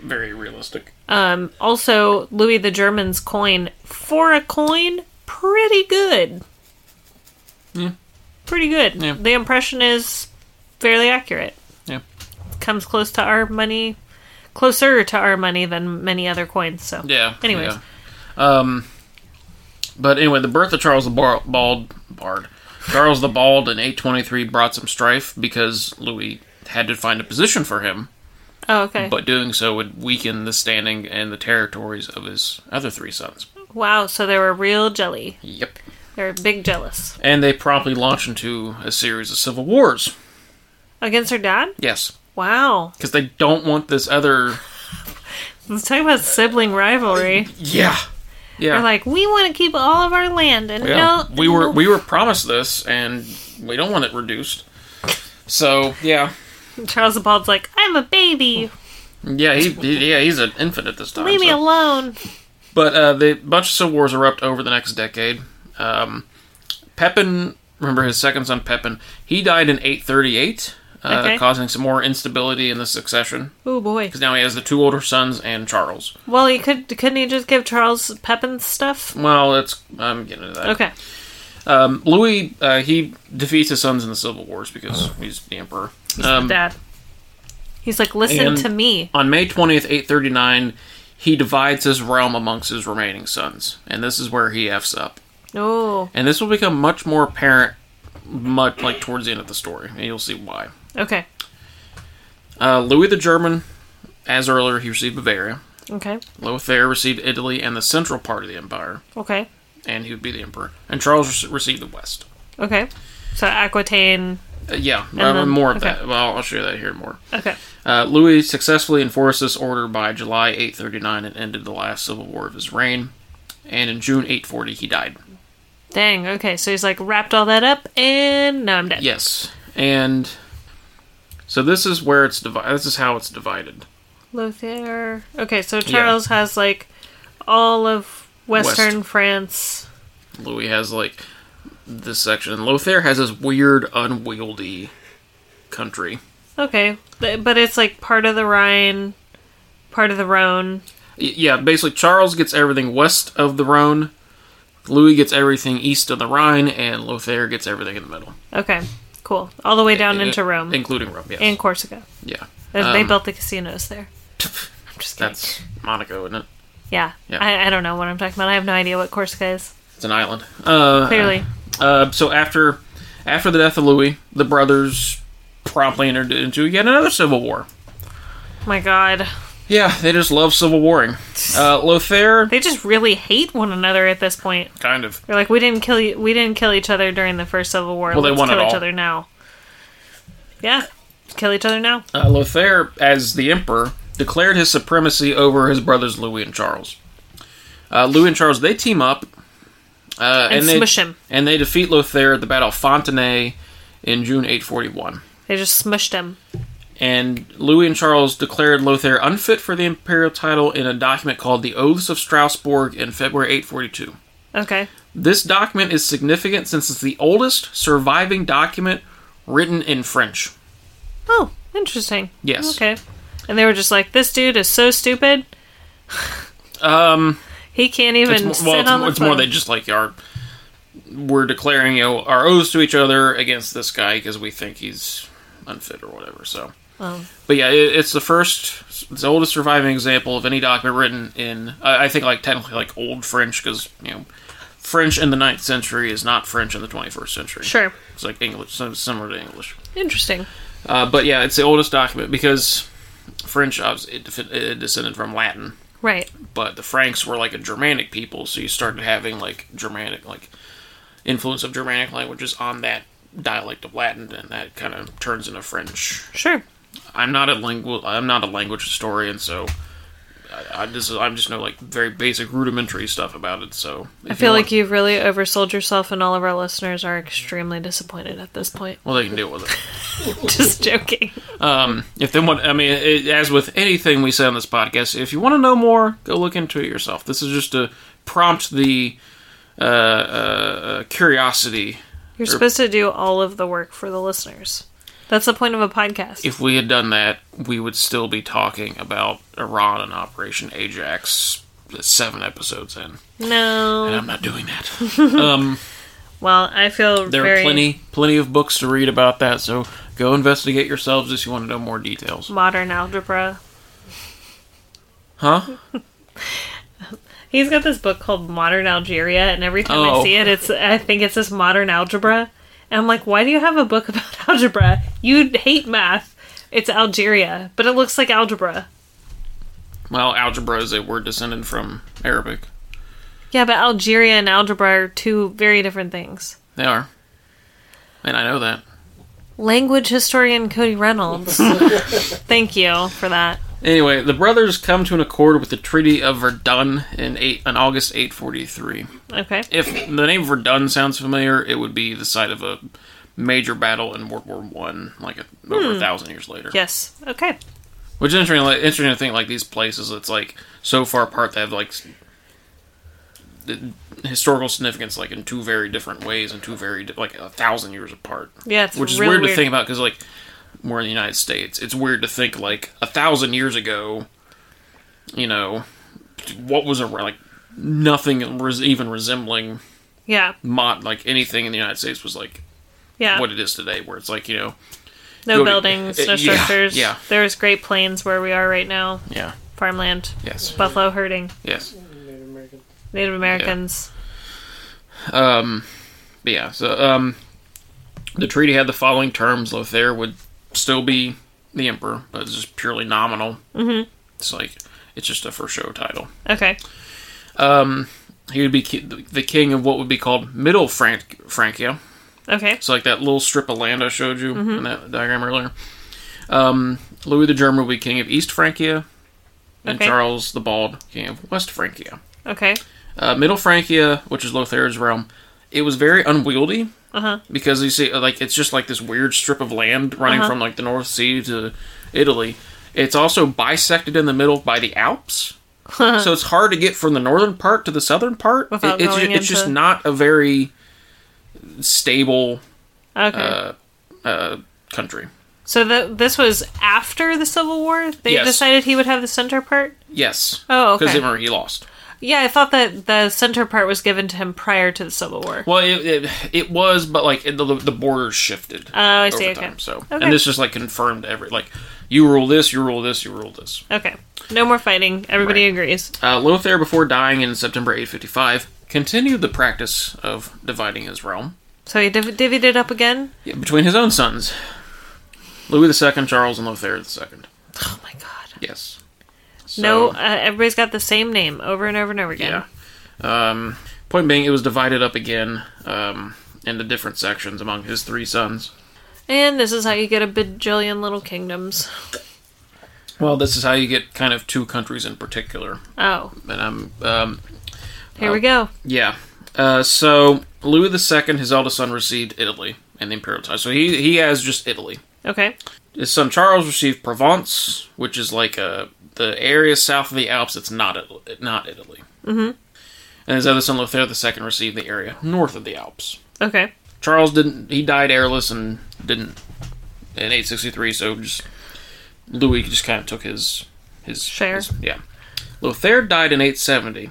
S2: very realistic.
S1: Um, also, Louis the German's coin for a coin, pretty good. Pretty good.
S2: Yeah.
S1: The impression is fairly accurate.
S2: Yeah.
S1: Comes close to our money, closer to our money than many other coins. So
S2: Yeah.
S1: Anyways.
S2: yeah. Um, but anyway, the birth of Charles the Bar- Bald, Bard, Charles the Bald in 823 brought some strife because Louis had to find a position for him,
S1: Oh, okay.
S2: but doing so would weaken the standing and the territories of his other three sons.
S1: wow. So they were real jelly.
S2: Yep.
S1: They were big jealous
S2: And they promptly launched into a series of civil wars.
S1: against her dad.
S2: Yes,
S1: Wow.
S2: because they don't want this other.
S1: Let's talk about sibling rivalry.
S2: Yeah. Yeah.
S1: They're like, we want to keep all of our land, and
S2: Yeah,
S1: no,
S2: we were we were promised this, and we don't want it reduced. So yeah,
S1: Charles the Bald's like, I'm a baby.
S2: yeah, he, he- yeah he's an infant at this time.
S1: Leave me
S2: Oh, so-
S1: alone.
S2: But uh, the bunch of civil wars erupt over the next decade. Um, Pepin, remember his second son Pepin, he died in 838, uh,
S1: Okay.
S2: causing some more instability in the succession.
S1: Oh boy.
S2: Because now he has the two older sons and Charles.
S1: Well, he could couldn't he just give Charles Pepin's stuff?
S2: Well, that's I'm getting to that.
S1: Okay.
S2: Um, Louis, uh, he defeats his sons in the civil wars because he's the emperor. Um,
S1: Dad. He's like, listen
S2: and-
S1: to me.
S2: On May 20th, 839, he divides his realm amongst his remaining sons. And this is where he F's up.
S1: Oh,
S2: And this will become much more apparent much like towards the end of the story, and you'll see why.
S1: okay,
S2: Uh, Louis the German, as earlier, he received Bavaria.
S1: okay,
S2: Lothair received Italy and the central part of the empire,
S1: okay,
S2: and he would be the emperor. And Charles re- received the west.
S1: okay. So Aquitaine.
S2: Uh, yeah, uh,
S1: then-
S2: more of
S1: okay.
S2: that. Well, I'll show you that here more.
S1: Okay.
S2: Uh, Louis successfully enforced this order by July 839 and ended the last civil war of his reign. And in June 840, he died.
S1: Dang. Okay. So he's like wrapped all that up, and now I'm dead.
S2: Yes, and so this is where it's divided. This is how it's divided.
S1: Lothair. Okay. So Charles has like all of Western France.
S2: Louis has like this section, and Lothair has this weird, unwieldy country.
S1: Okay, Th- but it's like part of the Rhine, part of the Rhone.
S2: Y- yeah, basically Charles gets everything west of the Rhone, Louis gets everything east of the Rhine, and Lothair gets everything in the middle,
S1: Okay. Cool. All the way down into
S2: In-
S1: Rome
S2: including Rome. Yes,
S1: and Corsica.
S2: yeah,
S1: They- they
S2: Um,
S1: built the casinos there. I'm just kidding.
S2: that's Monaco, isn't it?
S1: yeah.
S2: yeah.
S1: I, I don't know what I'm talking about. I have no idea what Corsica is.
S2: It's an island. Uh,
S1: Clearly.
S2: Uh, so after after the death of Louis, the brothers promptly entered into yet another civil war.
S1: My God,
S2: Yeah, they just love civil warring. Uh, Lothair,
S1: they just really hate one another at this point.
S2: kind of.
S1: They're like, we didn't kill you. We didn't kill each other during the first Civil War.
S2: Well, they
S1: Let's
S2: want
S1: kill
S2: it
S1: each
S2: all.
S1: other now. Yeah, kill each other now.
S2: Uh, Lothair, as the emperor, declared his supremacy over his brothers Louis and Charles. Uh, Louis and Charles, they team up uh,
S1: And
S2: they
S1: smush him.
S2: and they defeat Lothair at the Battle of Fontenay in June 841.
S1: They just smushed him.
S2: And Louis and Charles declared Lothair unfit for the imperial title in a document called the Oaths of Strasbourg in February 842.
S1: Okay.
S2: This document is significant since it's the oldest surviving document written in French.
S1: Oh, interesting.
S2: Yes.
S1: Okay. And they were just like, this dude is so stupid.
S2: Um,
S1: He can't even
S2: it's, mo-
S1: sit
S2: well, it's,
S1: on the
S2: it's more
S1: phone."
S2: they just like are we're declaring you know, our oaths to each other against this guy because we think he's unfit or whatever. So,
S1: Oh.
S2: but yeah, it, it's the first, it's the oldest surviving example of any document written in I, I think like technically like old French because you know French in the 9th century is not French in the twenty first century.
S1: Sure.
S2: it's like English, so similar to English.
S1: Interesting.
S2: Uh, but yeah, it's the oldest document because French obviously it, defi- it descended from Latin,
S1: Right.
S2: but the Franks were like a Germanic people, so you started having like Germanic like influence of Germanic languages on that dialect of Latin, and that kind of turns into French.
S1: Sure.
S2: I'm not a lingu- I'm not a language historian, so. I, I just I'm just know like very basic rudimentary stuff about it, so
S1: I feel like you've really oversold yourself, and all of our listeners are extremely disappointed at this point.
S2: well they can deal with it.
S1: Just joking.
S2: Um, if they want, I mean, it, as with anything we say on this podcast, if you want to know more, go look into it yourself. This is just to prompt the uh, uh, uh, curiosity.
S1: You're supposed to do all of the work for the listeners. That's the point of a podcast.
S2: If we had done that, we would still be talking about Iran and Operation Ajax seven episodes in, and
S1: no.
S2: I'm not doing that. um,
S1: Well, I feel
S2: there
S1: very
S2: are plenty, plenty of books to read about that, so go investigate yourselves if you want to know more details.
S1: modern algebra.
S2: Huh?
S1: He's got this book called Modern Algeria, and every time I
S2: Oh.
S1: see it, it's I think it's this modern algebra. And I'm like, why do you have a book about algebra? You hate math. It's Algeria, but it looks like algebra.
S2: Well, algebra is a word descended from Arabic.
S1: Yeah, but Algeria and algebra are two very different things.
S2: They are. And I know that.
S1: Language historian Cody Reynolds. Thank you for that.
S2: Anyway, the brothers come to an accord with the Treaty of Verdun in, eight, in August 843.
S1: Okay.
S2: If the name Verdun sounds familiar, it would be the site of a major battle in World War One, like a, over a thousand years later.
S1: Yes. Okay.
S2: Which is interesting, like, interesting to think, like, these places, it's, like, so far apart, they have, like, s- the historical significance, like, in two very different ways and two very, di- like, a thousand years apart.
S1: Yeah, it's
S2: which is
S1: really
S2: weird, to think about because like we're in the United States. It's weird to think like a thousand years ago, you know, what was around like nothing res- even resembling
S1: Yeah.
S2: mod like anything in the United States was like
S1: Yeah.
S2: what it is today, where it's like you know
S1: no
S2: go to-
S1: buildings,
S2: uh,
S1: no
S2: yeah,
S1: structures.
S2: yeah.
S1: There's great plains where we are right now.
S2: yeah
S1: Farmland,
S2: yes
S1: buffalo herding,
S2: yes
S3: Native American.
S1: Native Americans.
S2: um but yeah so um the treaty had the following terms: Lothair would still be the emperor, but it's just purely nominal. Mm-hmm. It's like it's just a for show title.
S1: Okay.
S2: um, he would be ki- the king of what would be called Middle Frank- Francia.
S1: Okay.
S2: So, like that little strip of land I showed you
S1: Mm-hmm.
S2: in that diagram earlier. Um, Louis the German would be king of East Francia, and
S1: Okay.
S2: Charles the Bald, king of West Francia.
S1: Okay.
S2: Uh, Middle Francia, which is Lothair's realm, it was very unwieldy
S1: Uh huh.
S2: because you see, like, it's just like this weird strip of land running
S1: Uh-huh.
S2: from like the North Sea to Italy. It's also bisected in the middle by the Alps, so it's hard to get from the northern part to the southern part. It,
S1: Without
S2: it's ju-
S1: going
S2: it's just
S1: into-
S2: not a very stable
S1: Okay.
S2: uh, uh, country.
S1: so the, this was after the Civil War. They
S2: Yes.
S1: decided he would have the center part.
S2: Yes,
S1: Oh,
S2: because
S1: okay.
S2: remember he lost.
S1: Yeah, I thought that the center part was given to him prior to the Civil War.
S2: Well, it, it, it was, but like it, the, the borders shifted.
S1: Oh, I see, okay.
S2: So,
S1: Okay.
S2: and this just like confirmed every like you rule this, you rule this, you rule this.
S1: Okay. No more fighting. Everybody
S2: Right.
S1: agrees.
S2: Uh, Lothair, before dying in September 855, continued the practice of dividing his realm
S1: So he div- divvied it up again.
S2: between his own sons, Louis II, Charles, and Lothair II.
S1: Oh my god.
S2: Yes.
S1: no,
S2: So,
S1: uh, everybody's got the same name over and over and over again.
S2: Yeah. Um, point being, it was divided up again um, into different sections among his three sons.
S1: And this is how you get a bajillion little kingdoms.
S2: Well, this is how you get kind of two countries in particular,
S1: Oh,
S2: and I'm um,
S1: here we go.
S2: yeah. Uh, so Louis II, his eldest son, received Italy and the imperial title. So he he has just Italy.
S1: Okay.
S2: His son Charles received Provence, which is like uh the area south of the Alps. It's not Italy, not Italy. Mm-hmm. And his other son Lothaire II received the area north of the Alps.
S1: Okay.
S2: Charles didn't. He died heirless and didn't in 863. So just Louis just kind of took his his
S1: Share.
S2: his- yeah, Lothaire died in 870.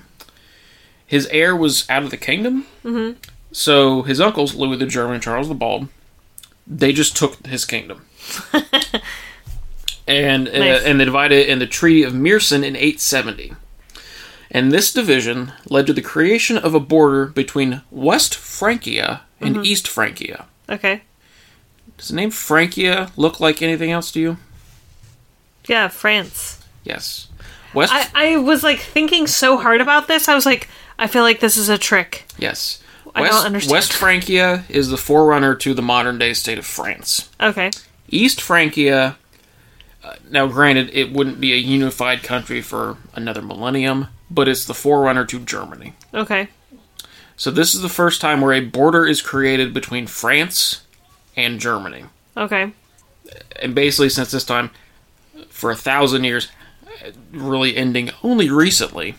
S2: His heir was out of the kingdom. Mm-hmm. So his uncles Louis the German, and Charles the Bald, they just took his kingdom. and
S1: Nice.
S2: uh, and they divided it in the Treaty of Meersen in 870. And this division led to the creation of a border between West Francia and
S1: Mm-hmm.
S2: East Francia.
S1: Okay.
S2: Does the name Francia look like anything else to you?
S1: Yeah, France.
S2: Yes. West.
S1: I, I was like thinking so hard about this. I was like, I feel like this is a trick.
S2: yes. West,
S1: I don't understand.
S2: West Francia is the forerunner to the modern day state of France.
S1: Okay.
S2: East Francia. Uh, now, granted, it wouldn't be a unified country for another millennium, but it's the forerunner to Germany.
S1: Okay.
S2: So this is the first time where a border is created between France and Germany.
S1: Okay.
S2: and basically since this time for a thousand years really ending only recently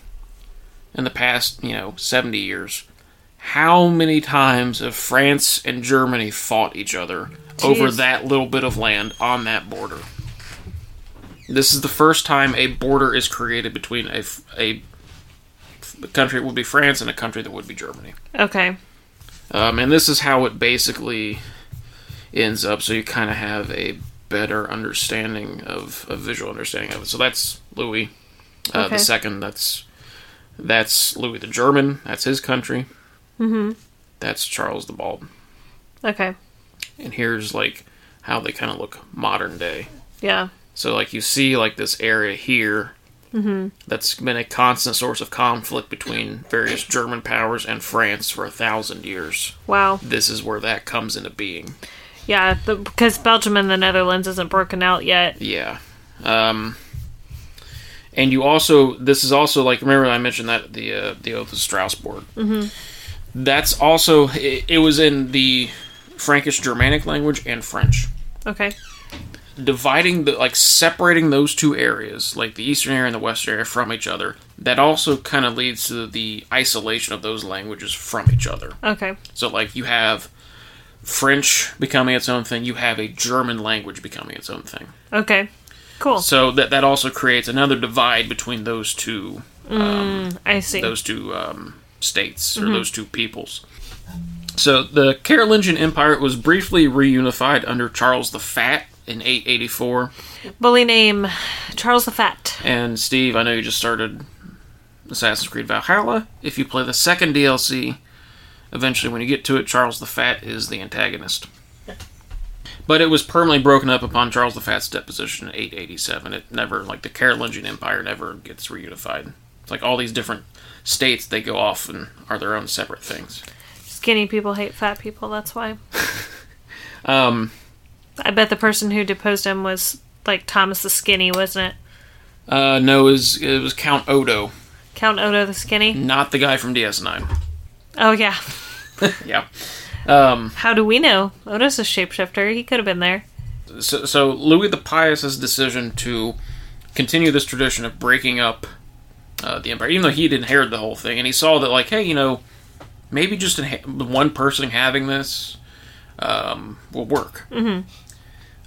S2: in the past you know 70 years how many times have france and germany fought each other over
S1: Jeez.
S2: that little bit of land on that border this is the first time a border is created between a, f- a f- country that would be france and a country that would be germany
S1: Okay.
S2: um, and this is how it basically ends up, so you kind of have a better understanding of a visual understanding of it. So that's Louis uh,
S1: Okay.
S2: the second. That's that's Louis the German. That's his country. Mm-hmm. That's Charles the Bald.
S1: Okay.
S2: And here's like how they kind of look modern day.
S1: Yeah.
S2: So like you see like this area here. Mm-hmm. That's been a constant source of conflict between various German powers and France for a thousand years
S1: Wow.
S2: this is where that comes into being.
S1: Yeah, the, because Belgium and the Netherlands isn't broken out yet.
S2: Yeah. Um, and you also, this is also like, remember I mentioned that the uh, the oath of Strasbourg. Mm-hmm. That's also it, it was in the Frankish Germanic language and French.
S1: Okay.
S2: Dividing the like separating those two areas, like the eastern area and the western area, from each other. That also kind of leads to the isolation of those languages from each other.
S1: Okay.
S2: So like you have French becoming its own thing, you have a German language becoming its own thing.
S1: Okay. Cool.
S2: So that that also creates another divide between those two
S1: I see.
S2: those two um, states or those two peoples. So the Carolingian Empire was briefly reunified under Charles the Fat in 884.
S1: Bully name Charles the Fat.
S2: And Steve, I know you just started Assassin's Creed Valhalla. If you play the second DLC, eventually when you get to it, Charles the Fat is the antagonist. But it was permanently broken up upon Charles the Fat's deposition in 887. It never, like the Carolingian Empire, never gets reunified. It's like all these different states, they go off and are their own separate things.
S1: Skinny people hate fat people, that's why.
S2: Um,
S1: I bet the person who deposed him was like Thomas the Skinny, wasn't it?
S2: uh, no, it was, it was Count Odo,
S1: Count Odo the Skinny?
S2: not the guy from DS9.
S1: Oh, yeah.
S2: Yeah.
S1: How do we know? Odo's a shapeshifter. He could have been there.
S2: so, so Louis the Pious's decision to continue this tradition of breaking up uh, the empire, even though he'd inherited the whole thing, and he saw that, like, hey, you know, maybe just inha- one person having this um, will work. Mm-hmm.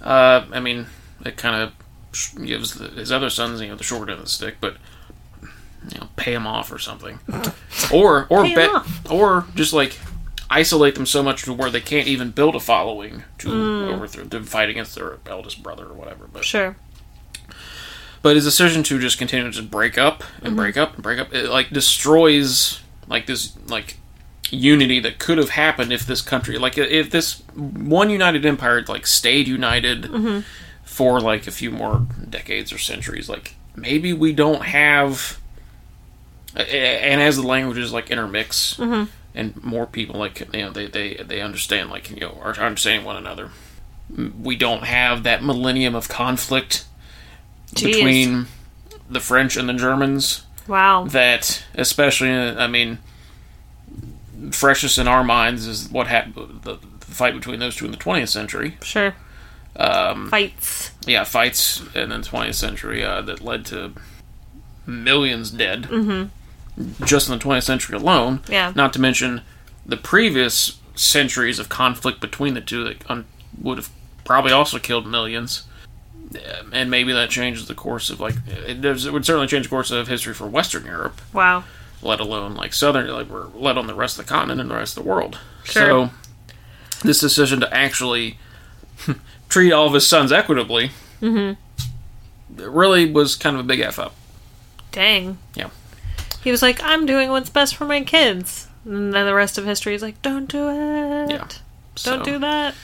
S2: Uh, I mean, it kind of sh- gives the, his other sons, you know, the short end of the stick, but you know, pay him off or something, or or
S1: Pay 'em
S2: bet,
S1: off.
S2: or just like isolate them so much to where they can't even build a following to overthrow to fight against their eldest brother or whatever. But
S1: Sure.
S2: but his decision to just continue to just break up and break up and break up it like destroys like this like unity that could have happened if this country like if this one united empire like stayed united for like a few more decades or centuries. Like maybe we don't have, a- a- and as the languages like intermix and more people like you know they they they understand like you know are understanding one another. M- We don't have that millennium of conflict
S1: Jeez.
S2: between the French and the Germans
S1: Wow.
S2: that especially uh, I mean freshest in our minds is what happened the, the fight between those two in the 20th century
S1: Sure. Um, Fights.
S2: yeah fights in the 20th century uh, that led to millions dead just in the 20th century alone
S1: Yeah.
S2: not to mention the previous centuries of conflict between the two that un- would have probably also killed millions Uh, and maybe that changes the course of like it, there's- it would certainly change the course of history for western europe
S1: Wow.
S2: let alone like southern like we're let on the rest of the continent and the rest of the world
S1: Sure.
S2: so this decision to actually treat all of his sons equitably
S1: Mm-hmm.
S2: really was kind of a big f up
S1: Dang.
S2: Yeah.
S1: He was like, I'm doing what's best for my kids. And then the rest of history is like, don't do it.
S2: Yeah.
S1: Don't
S2: So,
S1: do that.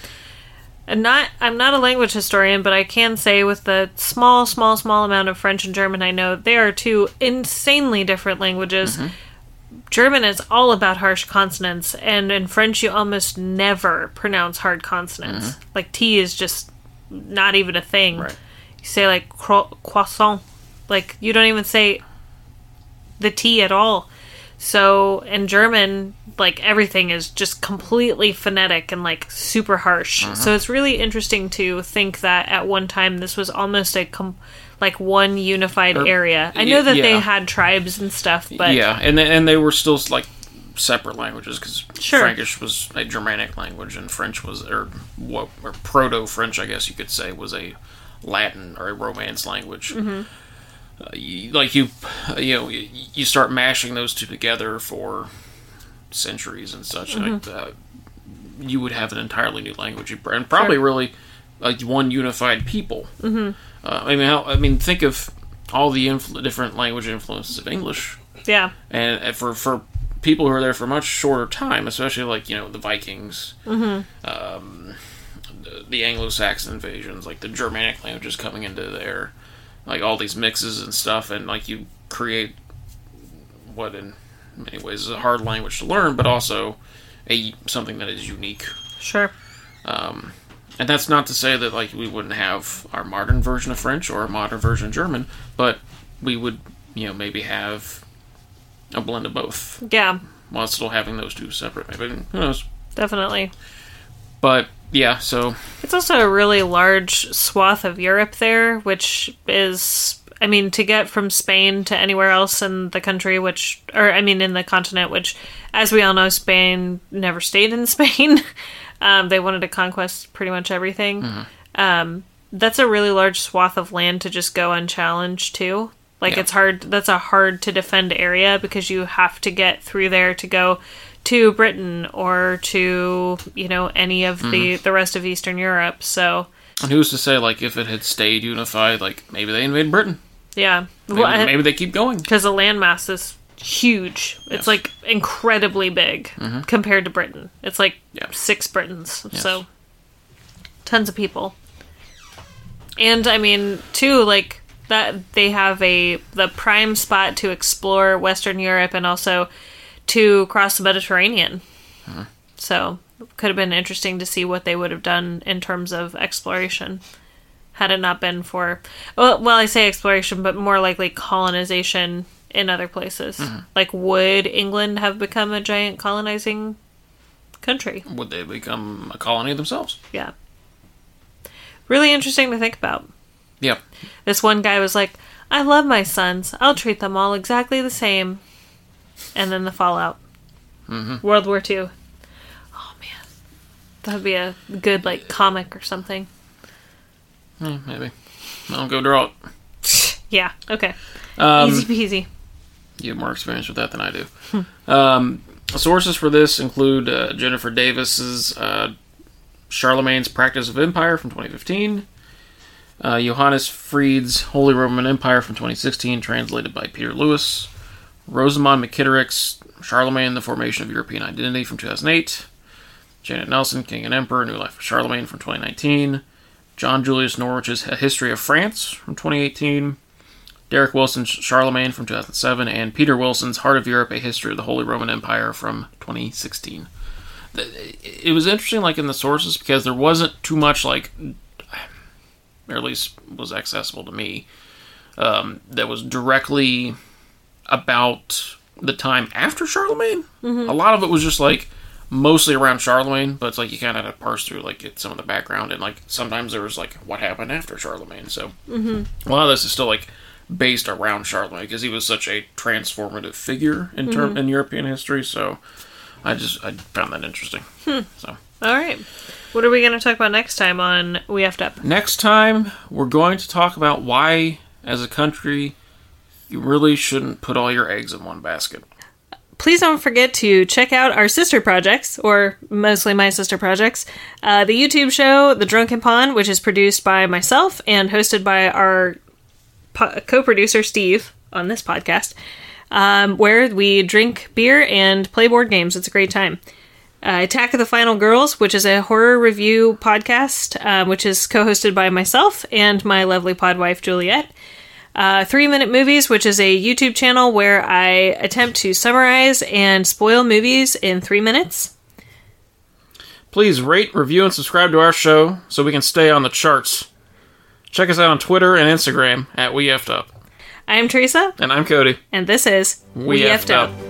S1: And not I'm not a language historian, but I can say with the small, small, small amount of French and German I know, they are two insanely different languages.
S2: Mm-hmm.
S1: German is all about harsh consonants, and in French you almost never pronounce hard consonants. Like T is just not even a thing.
S2: Mm-hmm. Right.
S1: You say like cro- croissant, like you don't even say the T at all. So in German, like everything is just completely phonetic and like super harsh.
S2: Uh-huh.
S1: So it's really interesting to think that at one time this was almost a com- like one unified
S2: Or-
S1: area. I
S2: Er, y-
S1: know that they
S2: yeah.
S1: had tribes and stuff, but
S2: yeah and they- and they were still like separate languages because
S1: Sure.
S2: Frankish was a Germanic language and French was or what or proto French I guess you could say was a Latin or a Romance language.
S1: Mm-hmm.
S2: Uh, you, like you, you know, you, you start mashing those two together for centuries and such.
S1: Mm-hmm.
S2: Like uh, you would have an entirely new language You- and probably really like one unified people. Mm-hmm. Uh, I mean, how, I mean, think of all the influ- different language influences of English
S1: yeah,
S2: and and for for people who are there for a much shorter time, especially like you know the Vikings, um, the, the Anglo-Saxon invasions, like the Germanic languages coming into there, like all these mixes and stuff, and like you create what in many ways is a hard language to learn, but also a something that is unique.
S1: sure.
S2: And that's not to say that like we wouldn't have our modern version of French or a modern version of German, but we would you know maybe have a blend of both
S1: Yeah,
S2: while still having those two separate. Maybe who knows?
S1: definitely.
S2: But yeah, so
S1: It's also a really large swath of Europe there, which is, I mean, to get from Spain to anywhere else in the country, which, or I mean, in the continent, which, as we all know, Spain never stayed in Spain. um, they wanted to conquest pretty much everything. Um, that's a really large swath of land to just go unchallenged to. Like,
S2: Yeah.
S1: it's hard, that's a hard to defend area because you have to get through there to go to Britain or to you know any of the the rest of Eastern Europe. So
S2: and who's to say like if it had stayed unified, like maybe they invade Britain,
S1: yeah,
S2: maybe,
S1: Well, I-
S2: maybe they keep going.
S1: because the landmass is huge. It's like incredibly big compared to Britain. It's like
S2: Mm-hmm. Yeah.
S1: six Britons,
S2: Yes.
S1: so tons of people. And I mean, too, like that they have a the prime spot to explore Western Europe and also to cross the Mediterranean. So could have been interesting to see what they would have done in terms of exploration had it not been for well, well i say exploration but more likely colonization in other places like would england have become a giant colonizing country
S2: Would they become a colony themselves?
S1: yeah really interesting to think about
S2: Yeah,
S1: this one guy was like i love my sons i'll treat them all exactly the same and then the fallout world war ii oh man that'd be a good like comic or something
S2: Eh, maybe. I'll go draw it.
S1: yeah okay
S2: Um,
S1: easy peasy
S2: you have more experience with that than I do. um, sources for this include uh, Jennifer Davis's uh, Charlemagne's Practice of Empire from 2015, uh, Johannes Fried's Holy Roman Empire from 2016, translated by Peter Lewis, Rosamond McKitterick's Charlemagne: The Formation of European Identity from 2008, Janet Nelson, King and Emperor: New Life of Charlemagne from 2019. John Julius Norwich's A History of France from 2018, Derek Wilson's Charlemagne from 2007, and Peter Wilson's Heart of Europe: A History of the Holy Roman Empire from 2016. Th- It was interesting, like in the sources, because there wasn't too much, like, or at least was accessible to me, um, that was directly about the time after Charlemagne. A lot of it was just like mostly around Charlemagne, but it's like you kind of had to parse through like get some of the background and like sometimes there was like what happened after Charlemagne. So a lot of this is still like based around Charlemagne because he was such a transformative figure in term in European history. So I just I found that interesting. So.
S1: All right. What are we going to talk about next time on We Effed Up?
S2: Next time, we're going to talk about why, as a country, you really shouldn't put all your eggs in one basket.
S1: please don't forget to check out our sister projects, or mostly my sister projects. Uh, the YouTube show, The Drunken Pond, which is produced by myself and hosted by our po- co producer, Steve, on this podcast, um, where we drink beer and play board games. It's a great time. Uh, Attack of the Final Girls, which is a horror review podcast, um, which is co hosted by myself and my lovely pod wife, Juliet uh, Three Minute Movies, which is a YouTube channel where I attempt to summarize and spoil movies in three minutes.
S2: Please rate, review, and subscribe to our show so we can stay on the charts. Check us out on Twitter and Instagram at We Effed Up.
S1: I'm Teresa,
S2: And I'm Cody.
S1: and this is
S2: We, Effed, up.